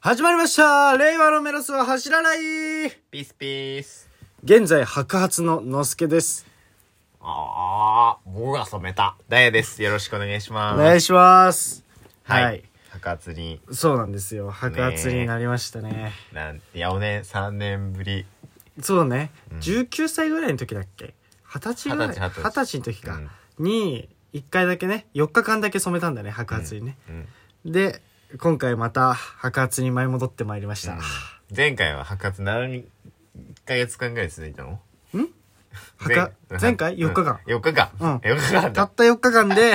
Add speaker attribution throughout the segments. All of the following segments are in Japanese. Speaker 1: 始まりました令和のメロスは走らない
Speaker 2: ピースピース。
Speaker 1: 現在白髪ののすけです。
Speaker 2: ああ、もが染めた。ダイヤです。よろしくお願いしま
Speaker 1: お
Speaker 2: す。
Speaker 1: 願いします。
Speaker 2: はい。
Speaker 1: はい
Speaker 2: 白髪に、
Speaker 1: そうなんですよ。白髪になりましたね。
Speaker 2: なんいや、おね、3年ぶり。
Speaker 1: そうね、19歳ぐらいの時だっけ二十歳ぐらい
Speaker 2: 二十歳二十歳
Speaker 1: 二十歳の時か。
Speaker 2: うん
Speaker 1: に、一回だけね、4日間だけ染めたんだね、白髪にね。
Speaker 2: うん。
Speaker 1: で、今回また白髪に舞い戻ってまいりました。
Speaker 2: 前回は白髪何、1ヶ月間ぐらい続いたの
Speaker 1: 白
Speaker 2: 前
Speaker 1: 前回4日間。
Speaker 2: うん、4日間。
Speaker 1: うん
Speaker 2: 4日間
Speaker 1: た
Speaker 2: だ。
Speaker 1: った4日間で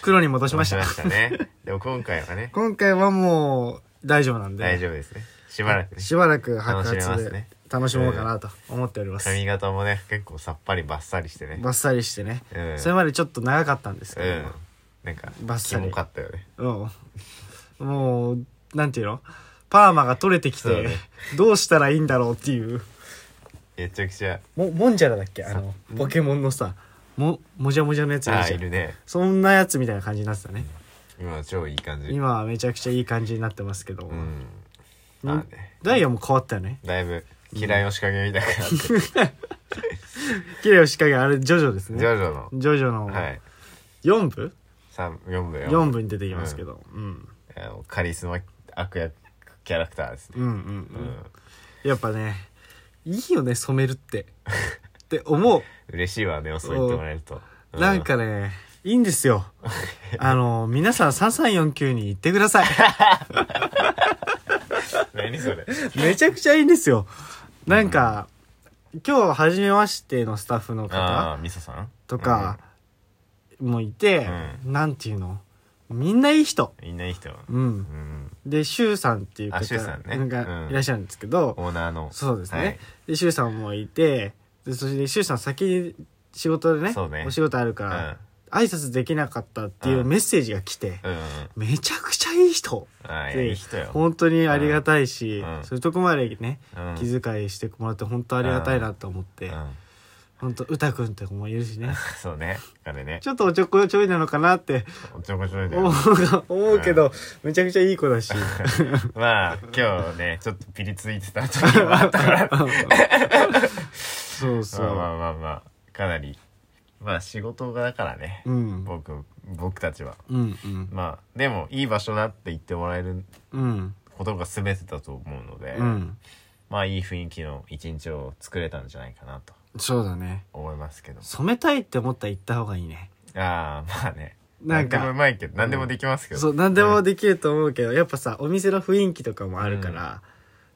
Speaker 1: 黒に戻しまし
Speaker 2: 戻
Speaker 1: た
Speaker 2: し。ましたね。でも今回は ね、
Speaker 1: 今回はもう大丈夫なんで。
Speaker 2: 大丈夫ですね。しばらくね。
Speaker 1: しばらく白
Speaker 2: 楽しめま
Speaker 1: 髪
Speaker 2: す
Speaker 1: で
Speaker 2: ね
Speaker 1: 楽しもうかなと思っております。
Speaker 2: 髪型もね、結構さっぱりバッサリしてね。
Speaker 1: バッサリしてね、
Speaker 2: うん
Speaker 1: それまでちょっと長かったんですけ
Speaker 2: うん。なんか、
Speaker 1: バッサリ
Speaker 2: キモかったよね。
Speaker 1: ど、うんもう、なんていうのパーマが取れてき
Speaker 2: そう
Speaker 1: て、
Speaker 2: ね
Speaker 1: どうしたらいいんだろうっていう。
Speaker 2: めちゃくちゃ、
Speaker 1: も、もんじゃらだっけあの、ポケモンのさ、も、もじゃもじゃのやついる
Speaker 2: あ
Speaker 1: じ
Speaker 2: ー
Speaker 1: ゃ
Speaker 2: い
Speaker 1: ん
Speaker 2: るね。
Speaker 1: そんなやつみたいな感じになってたね。
Speaker 2: 今超いい感じ。
Speaker 1: 今はめちゃくちゃいい感じになってますけど、
Speaker 2: うん。まあね。
Speaker 1: ダイヤも変わったよね。
Speaker 2: だいぶ、嫌いの仕掛けみたいなって。
Speaker 1: 綺麗を仕掛け、あれ、ジョジョです
Speaker 2: ジョ
Speaker 1: ね。
Speaker 2: ジョの、
Speaker 1: ジョジョの
Speaker 2: はい。
Speaker 1: 4部、
Speaker 2: 三4部よ。
Speaker 1: 四 ?4 部に出てきますけど。うん。
Speaker 2: あのカリスマ悪役キャラクターですね。
Speaker 1: うんうんうん
Speaker 2: う。ん。
Speaker 1: やっぱねいいよね染めるってって思う、
Speaker 2: 嬉しいわね、そう言ってもらえると。う
Speaker 1: なん、かねいいんです よあの皆さん3349に行ってくだ さい
Speaker 2: 何それ。
Speaker 1: めちゃくちゃいいんですよなんか、今日初めましてのスタッフの
Speaker 2: あ
Speaker 1: 方
Speaker 2: あー、みそさん
Speaker 1: とか、もいて、なんていうのみんないい人
Speaker 2: うんみんないい人。
Speaker 1: う
Speaker 2: うんん。
Speaker 1: で柊さんっていう
Speaker 2: あ
Speaker 1: 方
Speaker 2: シュウさんね
Speaker 1: が
Speaker 2: うん
Speaker 1: いらっしゃるんですけど、
Speaker 2: オーナーの。
Speaker 1: そうですね。
Speaker 2: はい
Speaker 1: で、シュウさんもいて、で、そしてシュウさん先に仕事でね、
Speaker 2: そうね
Speaker 1: お仕事あるから、挨拶できなかったっていううんメッセージが来て、
Speaker 2: うん。うんうん。
Speaker 1: めちゃくちゃいい人
Speaker 2: ああ、いや
Speaker 1: で
Speaker 2: いい人よ。
Speaker 1: 本当にありがたいし、
Speaker 2: うん
Speaker 1: そういうとこまでね、
Speaker 2: うん
Speaker 1: 気遣いしてもらって本当ありがたいなと思って、
Speaker 2: うん。
Speaker 1: 本当歌くんとかもいるしね、
Speaker 2: そうね。あれね。
Speaker 1: ちょっとおちょこちょいなのかなって
Speaker 2: おっちょこちょいだ
Speaker 1: 思
Speaker 2: よ
Speaker 1: う。思うけど、めちゃくちゃいい子だし、
Speaker 2: まあ、今日ね、ちょっとピリついてた時もあったから。
Speaker 1: そうそ
Speaker 2: ま
Speaker 1: う。
Speaker 2: あまあまあまあ、かなり。まあ仕事がだからね。
Speaker 1: うん。うん
Speaker 2: 僕、僕たちは。
Speaker 1: うん。
Speaker 2: まあ、でも、いい場所だって言ってもらえる
Speaker 1: うん。
Speaker 2: ことが全てだと思うので、
Speaker 1: うん。
Speaker 2: まあ、いい雰囲気の一日を作れたんじゃないかなと
Speaker 1: そうだね。
Speaker 2: 思いますけど。
Speaker 1: 染めたいって思ったら行った方がいいね。
Speaker 2: ああ、まあね。
Speaker 1: なんか
Speaker 2: 何でもうまいけど、何でもできますけど。
Speaker 1: そう、なんでもできると思うけど、やっぱさ、お店の雰囲気とかもあるから、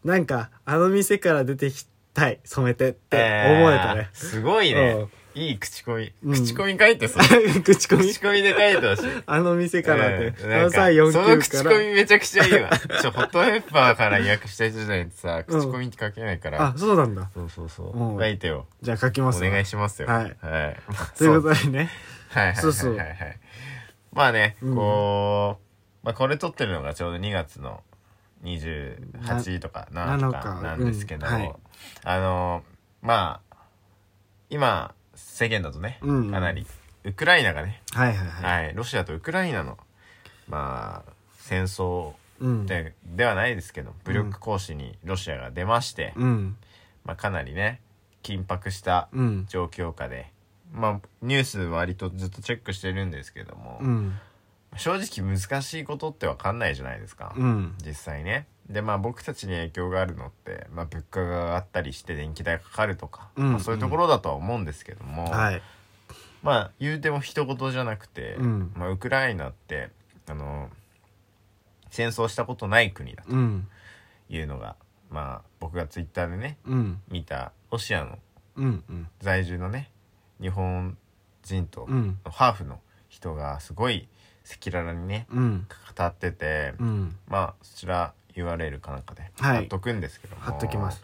Speaker 1: なんか、あの店から出てきたい、染めてって思えたね
Speaker 2: あー。すごいね。いい口コミ。
Speaker 1: うん
Speaker 2: 口コミ書いてそ
Speaker 1: 口コ
Speaker 2: う。
Speaker 1: ミ
Speaker 2: 口コミで書いてほしい。
Speaker 1: あの店から
Speaker 2: う
Speaker 1: で、
Speaker 2: ん
Speaker 1: あ
Speaker 2: なん
Speaker 1: の
Speaker 2: か
Speaker 1: さ、4
Speaker 2: その
Speaker 1: 級
Speaker 2: 口
Speaker 1: か
Speaker 2: コ
Speaker 1: ら。
Speaker 2: ミめちゃくちゃいい わ。ちょ、ホットペッパーから予約した人じゃないとさ、
Speaker 1: うん
Speaker 2: 口コミって書けないから。
Speaker 1: あ、そうなんだ。
Speaker 2: そうそうそう
Speaker 1: うん。
Speaker 2: 書いてよ。
Speaker 1: じゃあ書きま
Speaker 2: お
Speaker 1: すわ
Speaker 2: 願いしますよ。
Speaker 1: はい
Speaker 2: はい。
Speaker 1: ということでね。
Speaker 2: はいはいはいはいはい。
Speaker 1: そうそう
Speaker 2: まあね、
Speaker 1: うん
Speaker 2: こう、まあこれ撮ってるのがちょうど2月の28とか
Speaker 1: な
Speaker 2: 7とかなんですけど、
Speaker 1: うんはい
Speaker 2: あの、まあ、今、世間だとね、
Speaker 1: うん
Speaker 2: かなり、ウクライナがね、
Speaker 1: はいはいはい。
Speaker 2: はい、ロシアとウクライナの、まあ、戦争
Speaker 1: うん。
Speaker 2: でではないですけど、武力行使にロシアが出まして、
Speaker 1: うん。
Speaker 2: まあかなりね、緊迫した
Speaker 1: うん。
Speaker 2: 状況下で、まあ、ニュース割とずっとチェックしてるんですけども、
Speaker 1: うん。
Speaker 2: 正直難しいことってわかんないじゃないですか、
Speaker 1: うん。
Speaker 2: 実際ねでまあ僕たちに影響があるのって、まあ、物価が上がったりして電気代かかるとか、
Speaker 1: うん
Speaker 2: まあ、そういうところだとは思うんですけども、
Speaker 1: はい。
Speaker 2: まあ言うても一言じゃなくて、
Speaker 1: うん
Speaker 2: まあ、ウクライナってあの戦争したことない国だと
Speaker 1: うん。
Speaker 2: いうのが、まあ僕がツイッターでね
Speaker 1: うん。
Speaker 2: 見たロシアの
Speaker 1: うん。うん。
Speaker 2: 在住のね日本人と
Speaker 1: うん。
Speaker 2: ハーフの人がすごい赤裸々にね
Speaker 1: うん。
Speaker 2: 語ってて、
Speaker 1: うん。
Speaker 2: まあそちら URL かなんかで
Speaker 1: はい
Speaker 2: 貼っとくんですけども、
Speaker 1: 貼っときます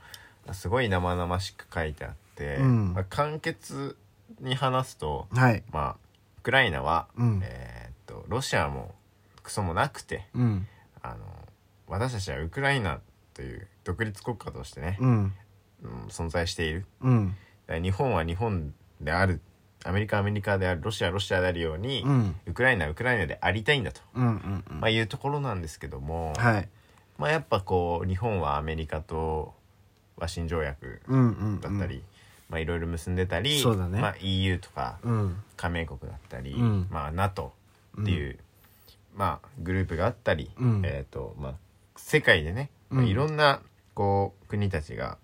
Speaker 2: すごい生々しく書いてあって、
Speaker 1: うん
Speaker 2: まあ、簡潔に話すと、
Speaker 1: はい。
Speaker 2: まあ、ウクライナは、
Speaker 1: うん。
Speaker 2: えーっとロシアもクソもなくて
Speaker 1: うん。
Speaker 2: あの私たちはウクライナという独立国家としてね、
Speaker 1: うん。
Speaker 2: うん存在している
Speaker 1: うん。
Speaker 2: だから日本は日本であるアメリカはアメリカであるロシアはロシアであるように、
Speaker 1: うん。
Speaker 2: ウクライナはウクライナでありたいんだと、
Speaker 1: うんうんうん
Speaker 2: まあ、いうところなんですけども、
Speaker 1: はい。
Speaker 2: まあ、やっぱこう日本はアメリカと和親条約
Speaker 1: うんうん
Speaker 2: だったり、まあ、いろいろ結んでたり、
Speaker 1: そうだね
Speaker 2: まあ、EU とか
Speaker 1: うん
Speaker 2: 加盟国だったり、
Speaker 1: うん
Speaker 2: まあ、NATO っていう、まあ、グループがあったり、
Speaker 1: うん
Speaker 2: えーとまあ、世界でね、まあ
Speaker 1: うん
Speaker 2: いろんなこう国たちが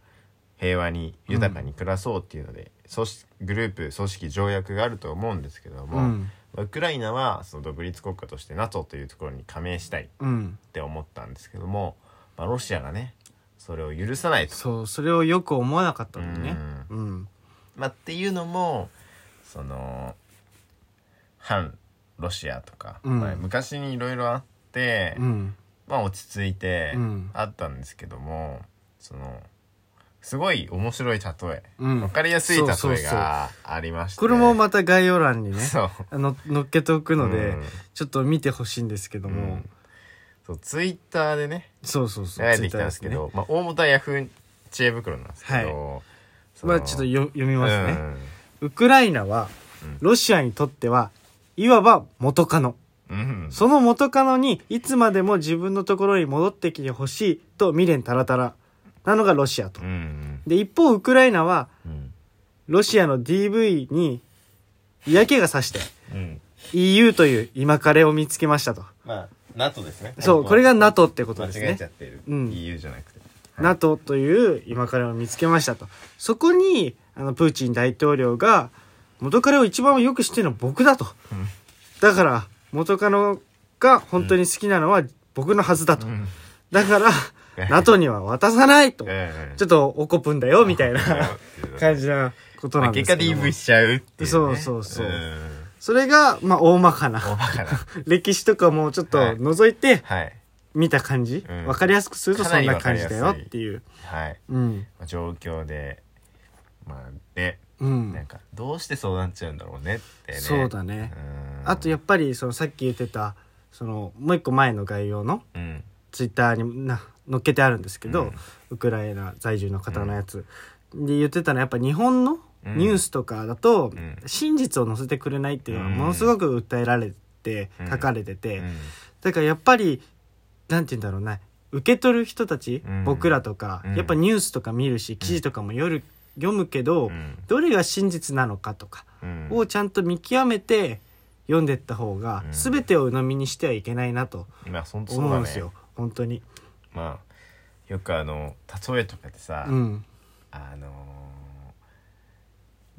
Speaker 2: 平和に豊かに暮らそうっていうので、組織グループ組織条約があると思うんですけども、
Speaker 1: うん
Speaker 2: ウクライナはその独立国家として NATO というところに加盟したいっ
Speaker 1: うん
Speaker 2: て思ったんですけども、まあ、ロシアがねそれを許さないと。
Speaker 1: そうそれをよく思わなかったもんね
Speaker 2: うん
Speaker 1: うん
Speaker 2: まあ、っていうのもその反ロシアとか、
Speaker 1: うん
Speaker 2: まあ昔にいろいろあって、
Speaker 1: うん
Speaker 2: まあ、落ち着いて
Speaker 1: うん
Speaker 2: あったんですけども、そのすごい面白い例え、
Speaker 1: うん
Speaker 2: 分かりやすい
Speaker 1: そう
Speaker 2: 例
Speaker 1: そう
Speaker 2: え
Speaker 1: そう
Speaker 2: がありまして
Speaker 1: これもまた概要欄にね
Speaker 2: そう
Speaker 1: あの乗っけておくので、
Speaker 2: うん
Speaker 1: ちょっと見てほしいんですけども、
Speaker 2: うんそうツイッターでね
Speaker 1: そうそうそ
Speaker 2: 流
Speaker 1: う
Speaker 2: れてきたんですけ
Speaker 1: Twitter
Speaker 2: ど、まあ、大元はヤフー知恵袋なんですけど、
Speaker 1: です
Speaker 2: そ
Speaker 1: ねま
Speaker 2: の
Speaker 1: あちょっとよ読みますね、ウクライナは
Speaker 2: うん
Speaker 1: ロシアにとってはいわば元カノ
Speaker 2: うん、うん
Speaker 1: その元カノにいつまでも自分のところに戻ってきてほしいと未練たらたらなのがロシアと
Speaker 2: うんうん
Speaker 1: で一方ウクライナは
Speaker 2: うん
Speaker 1: ロシアの DV に嫌気がさして
Speaker 2: うん、
Speaker 1: EU という今カレを見つけましたと
Speaker 2: まあ NATO ですね
Speaker 1: そうこれが NATO ってことです
Speaker 2: 間違え
Speaker 1: ね
Speaker 2: ちゃってる、
Speaker 1: うん
Speaker 2: EU じゃなくて
Speaker 1: NATO という今彼を見つけましたと。そこに、あの、プーチン大統領が、元彼を一番よく知ってるのは僕だと。
Speaker 2: うん
Speaker 1: だから、元カノが本当に好きなのは僕のはずだと。
Speaker 2: うん
Speaker 1: だから、NATO には渡さないと。
Speaker 2: ええ
Speaker 1: ちょっと怒るんだよ、みた いな感じなことなんです
Speaker 2: 結
Speaker 1: け
Speaker 2: 果
Speaker 1: ども
Speaker 2: DV しちゃうっていう、ね、
Speaker 1: そうそうそうんそれが、まあ、大まか
Speaker 2: 大
Speaker 1: な。
Speaker 2: バカな
Speaker 1: 歴史とかもちょっと覗いて、
Speaker 2: はい
Speaker 1: 見た感じ。
Speaker 2: うん
Speaker 1: わかりやすくすると
Speaker 2: か
Speaker 1: そ
Speaker 2: なんり
Speaker 1: な
Speaker 2: わか
Speaker 1: 感
Speaker 2: り
Speaker 1: じ
Speaker 2: や
Speaker 1: だ
Speaker 2: すい
Speaker 1: よっていう。
Speaker 2: はい、
Speaker 1: うん。
Speaker 2: まあ、状況でまあで
Speaker 1: うん。
Speaker 2: なんかどうしてそうなっちゃうんだろうねってね
Speaker 1: そうだね
Speaker 2: うん
Speaker 1: あとやっぱりそのさっき言ってたそのもう一個前の概要の
Speaker 2: うん
Speaker 1: ツイッターにな載っけてあるんですけど、
Speaker 2: うん
Speaker 1: ウクライナ在住の方のやつ、で言ってたのはやっぱ日本の
Speaker 2: うん
Speaker 1: ニュースとかだと
Speaker 2: うん
Speaker 1: 真実を載せてくれないっていうのがものすごく訴えられて
Speaker 2: うん
Speaker 1: 書かれてて、
Speaker 2: うん
Speaker 1: だからやっぱりなんて言うんだろうな受け取る人たち、
Speaker 2: うん
Speaker 1: 僕らとか、
Speaker 2: うん
Speaker 1: やっぱニュースとか見るし記事とかも夜読むけど、
Speaker 2: うん
Speaker 1: どれが真実なのかとか
Speaker 2: うん
Speaker 1: をちゃんと見極めて読んでった方が
Speaker 2: うん
Speaker 1: 全てを鵜呑みにしてはいけないなと
Speaker 2: まあそんそう
Speaker 1: 思
Speaker 2: だ
Speaker 1: うん
Speaker 2: ね
Speaker 1: ですよ、本当に
Speaker 2: まあよくあの例えとかでさ、
Speaker 1: うん
Speaker 2: あのー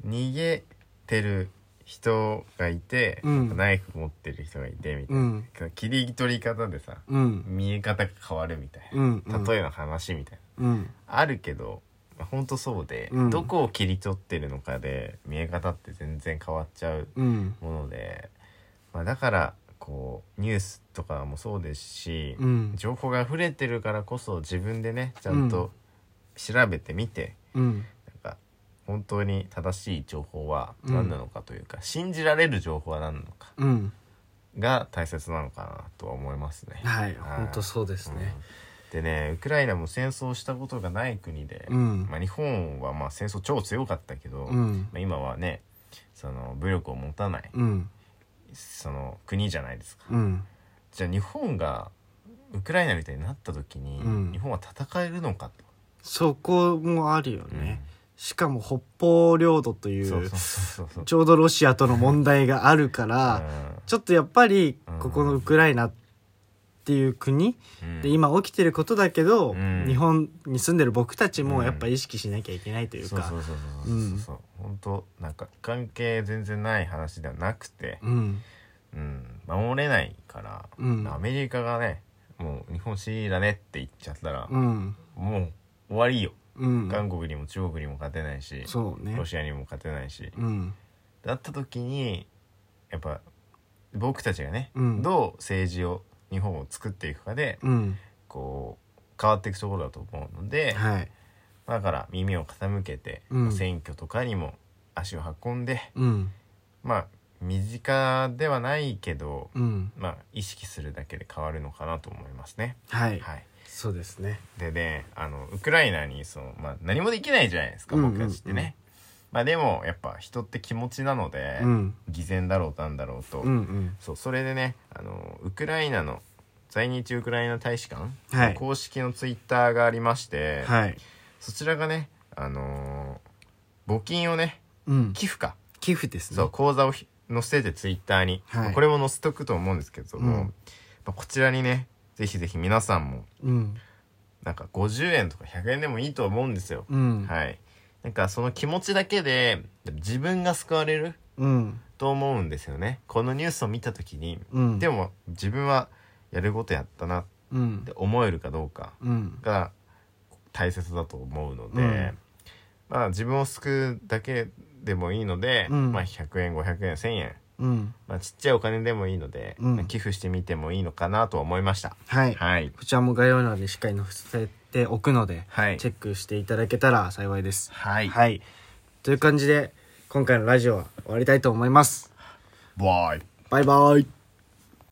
Speaker 2: 逃げてる人がいて、
Speaker 1: うん
Speaker 2: なんかナイフ持ってる人がいてみたいうな、
Speaker 1: ん
Speaker 2: 切り取り方でさ
Speaker 1: うん
Speaker 2: 見え方が変わるみたい
Speaker 1: うんう
Speaker 2: な、
Speaker 1: ん
Speaker 2: 例えの話みたい
Speaker 1: うん
Speaker 2: なあるけど本当そうで、
Speaker 1: うん
Speaker 2: どこを切り取ってるのかで見え方って全然変わっちゃう
Speaker 1: うん
Speaker 2: もので、まあ、だからこうニュースとかもそうですし、
Speaker 1: うん
Speaker 2: 情報が溢れてるからこそ自分でねちゃん
Speaker 1: うん
Speaker 2: と調べてみて、
Speaker 1: うん
Speaker 2: なんか本当に正しい情報は
Speaker 1: うん
Speaker 2: 何なのかというか、信じられる情報は何なのか
Speaker 1: うん
Speaker 2: が大切なのかなとは思いますね。
Speaker 1: はい
Speaker 2: はい
Speaker 1: 本当そうですね
Speaker 2: うんでねウクライナも戦争したことがない国で、
Speaker 1: うん
Speaker 2: まあ、日本はまあ戦争超強かったけど、
Speaker 1: う
Speaker 2: ま
Speaker 1: ん
Speaker 2: あ、今はねその武力を持たない、
Speaker 1: うん
Speaker 2: その国じゃないですか。
Speaker 1: うん
Speaker 2: じゃあ日本がウクライナみたいになった時に、
Speaker 1: うん
Speaker 2: 日本は戦えるのか
Speaker 1: そこもあるよ
Speaker 2: と、
Speaker 1: ね、しかも北方領土とい
Speaker 2: うんそう
Speaker 1: う
Speaker 2: そうそうそう
Speaker 1: ちょうどロシアとの問題があるから、ちょっとやっぱりここのウクライナっていう国
Speaker 2: うん
Speaker 1: で今起きてることだけど、
Speaker 2: うん
Speaker 1: 日本に住んでる僕たちも
Speaker 2: うん
Speaker 1: やっぱ意識しなきゃいけないというか
Speaker 2: そうそうそうそうそうそう、本当なんか関係全然ない話ではなくて、
Speaker 1: うん
Speaker 2: うん、守れないから、
Speaker 1: うん
Speaker 2: アメリカがねもう日本シーだねって言っちゃったら、
Speaker 1: うん
Speaker 2: もう終わりよ、
Speaker 1: うん
Speaker 2: 韓国にも中国にも勝てないし、
Speaker 1: そうね
Speaker 2: ロシアにも勝てないし、
Speaker 1: うん
Speaker 2: だった時にやっぱ僕たちがね、
Speaker 1: うん
Speaker 2: どう政治を日本を作っていくかで、
Speaker 1: うん
Speaker 2: こう変わっていくところだと思うので、
Speaker 1: はい
Speaker 2: だから耳を傾けて、
Speaker 1: うん
Speaker 2: 選挙とかにも足を運んで
Speaker 1: うん
Speaker 2: まあ身近ではないけど、
Speaker 1: うん
Speaker 2: まあ意識するだけで変わるのかなと思いますね。
Speaker 1: はい、
Speaker 2: はい、
Speaker 1: そうですね
Speaker 2: でねあのウクライナにその、まあ、何もできないじゃないですか
Speaker 1: うんうんうん
Speaker 2: 僕たちってね。まあ、でもやっぱ人って気持ちなので、
Speaker 1: うん
Speaker 2: 偽善だろうとなんだろうと、
Speaker 1: うんうん
Speaker 2: そうそれでねあのウクライナの在日ウクライナ大使館、
Speaker 1: はい
Speaker 2: 公式のツイッターがありまして、
Speaker 1: はい。
Speaker 2: そちらがね、あのー募金をね
Speaker 1: うん。
Speaker 2: 寄付か、
Speaker 1: 寄付ですね。
Speaker 2: そう口座をひ載せてツイッターに、
Speaker 1: はい
Speaker 2: まあこれも載せとくと思うんですけども、
Speaker 1: うん
Speaker 2: まあこちらにねぜひぜひ皆さんも
Speaker 1: うん。
Speaker 2: なんか50円とか100円でもいいと思うんですよ、
Speaker 1: うん。
Speaker 2: はいなんかその気持ちだけで自分が救われる
Speaker 1: うん。
Speaker 2: と思うんですよねこのニュースを見た時に、
Speaker 1: うん。
Speaker 2: でも自分はやることやったなっ
Speaker 1: うん
Speaker 2: て。思えるかどうか
Speaker 1: うん。
Speaker 2: が大切だと思うの
Speaker 1: う
Speaker 2: で、
Speaker 1: ん
Speaker 2: まあ自分を救うだけでもいいので、
Speaker 1: うん
Speaker 2: まあ100円500円1000円、
Speaker 1: うん。
Speaker 2: まあ、ちっちゃいお金でもいいので、
Speaker 1: うん
Speaker 2: まあ寄付してみてもいいのかなとは思いました
Speaker 1: はい。
Speaker 2: はい
Speaker 1: こちらも概要欄でしっかり載せておくので、
Speaker 2: はい
Speaker 1: チェックしていただけたら幸いです。
Speaker 2: はい
Speaker 1: はい。という感じで、今回のラジオは終わりたいと思います。
Speaker 2: バイ
Speaker 1: バイバイ。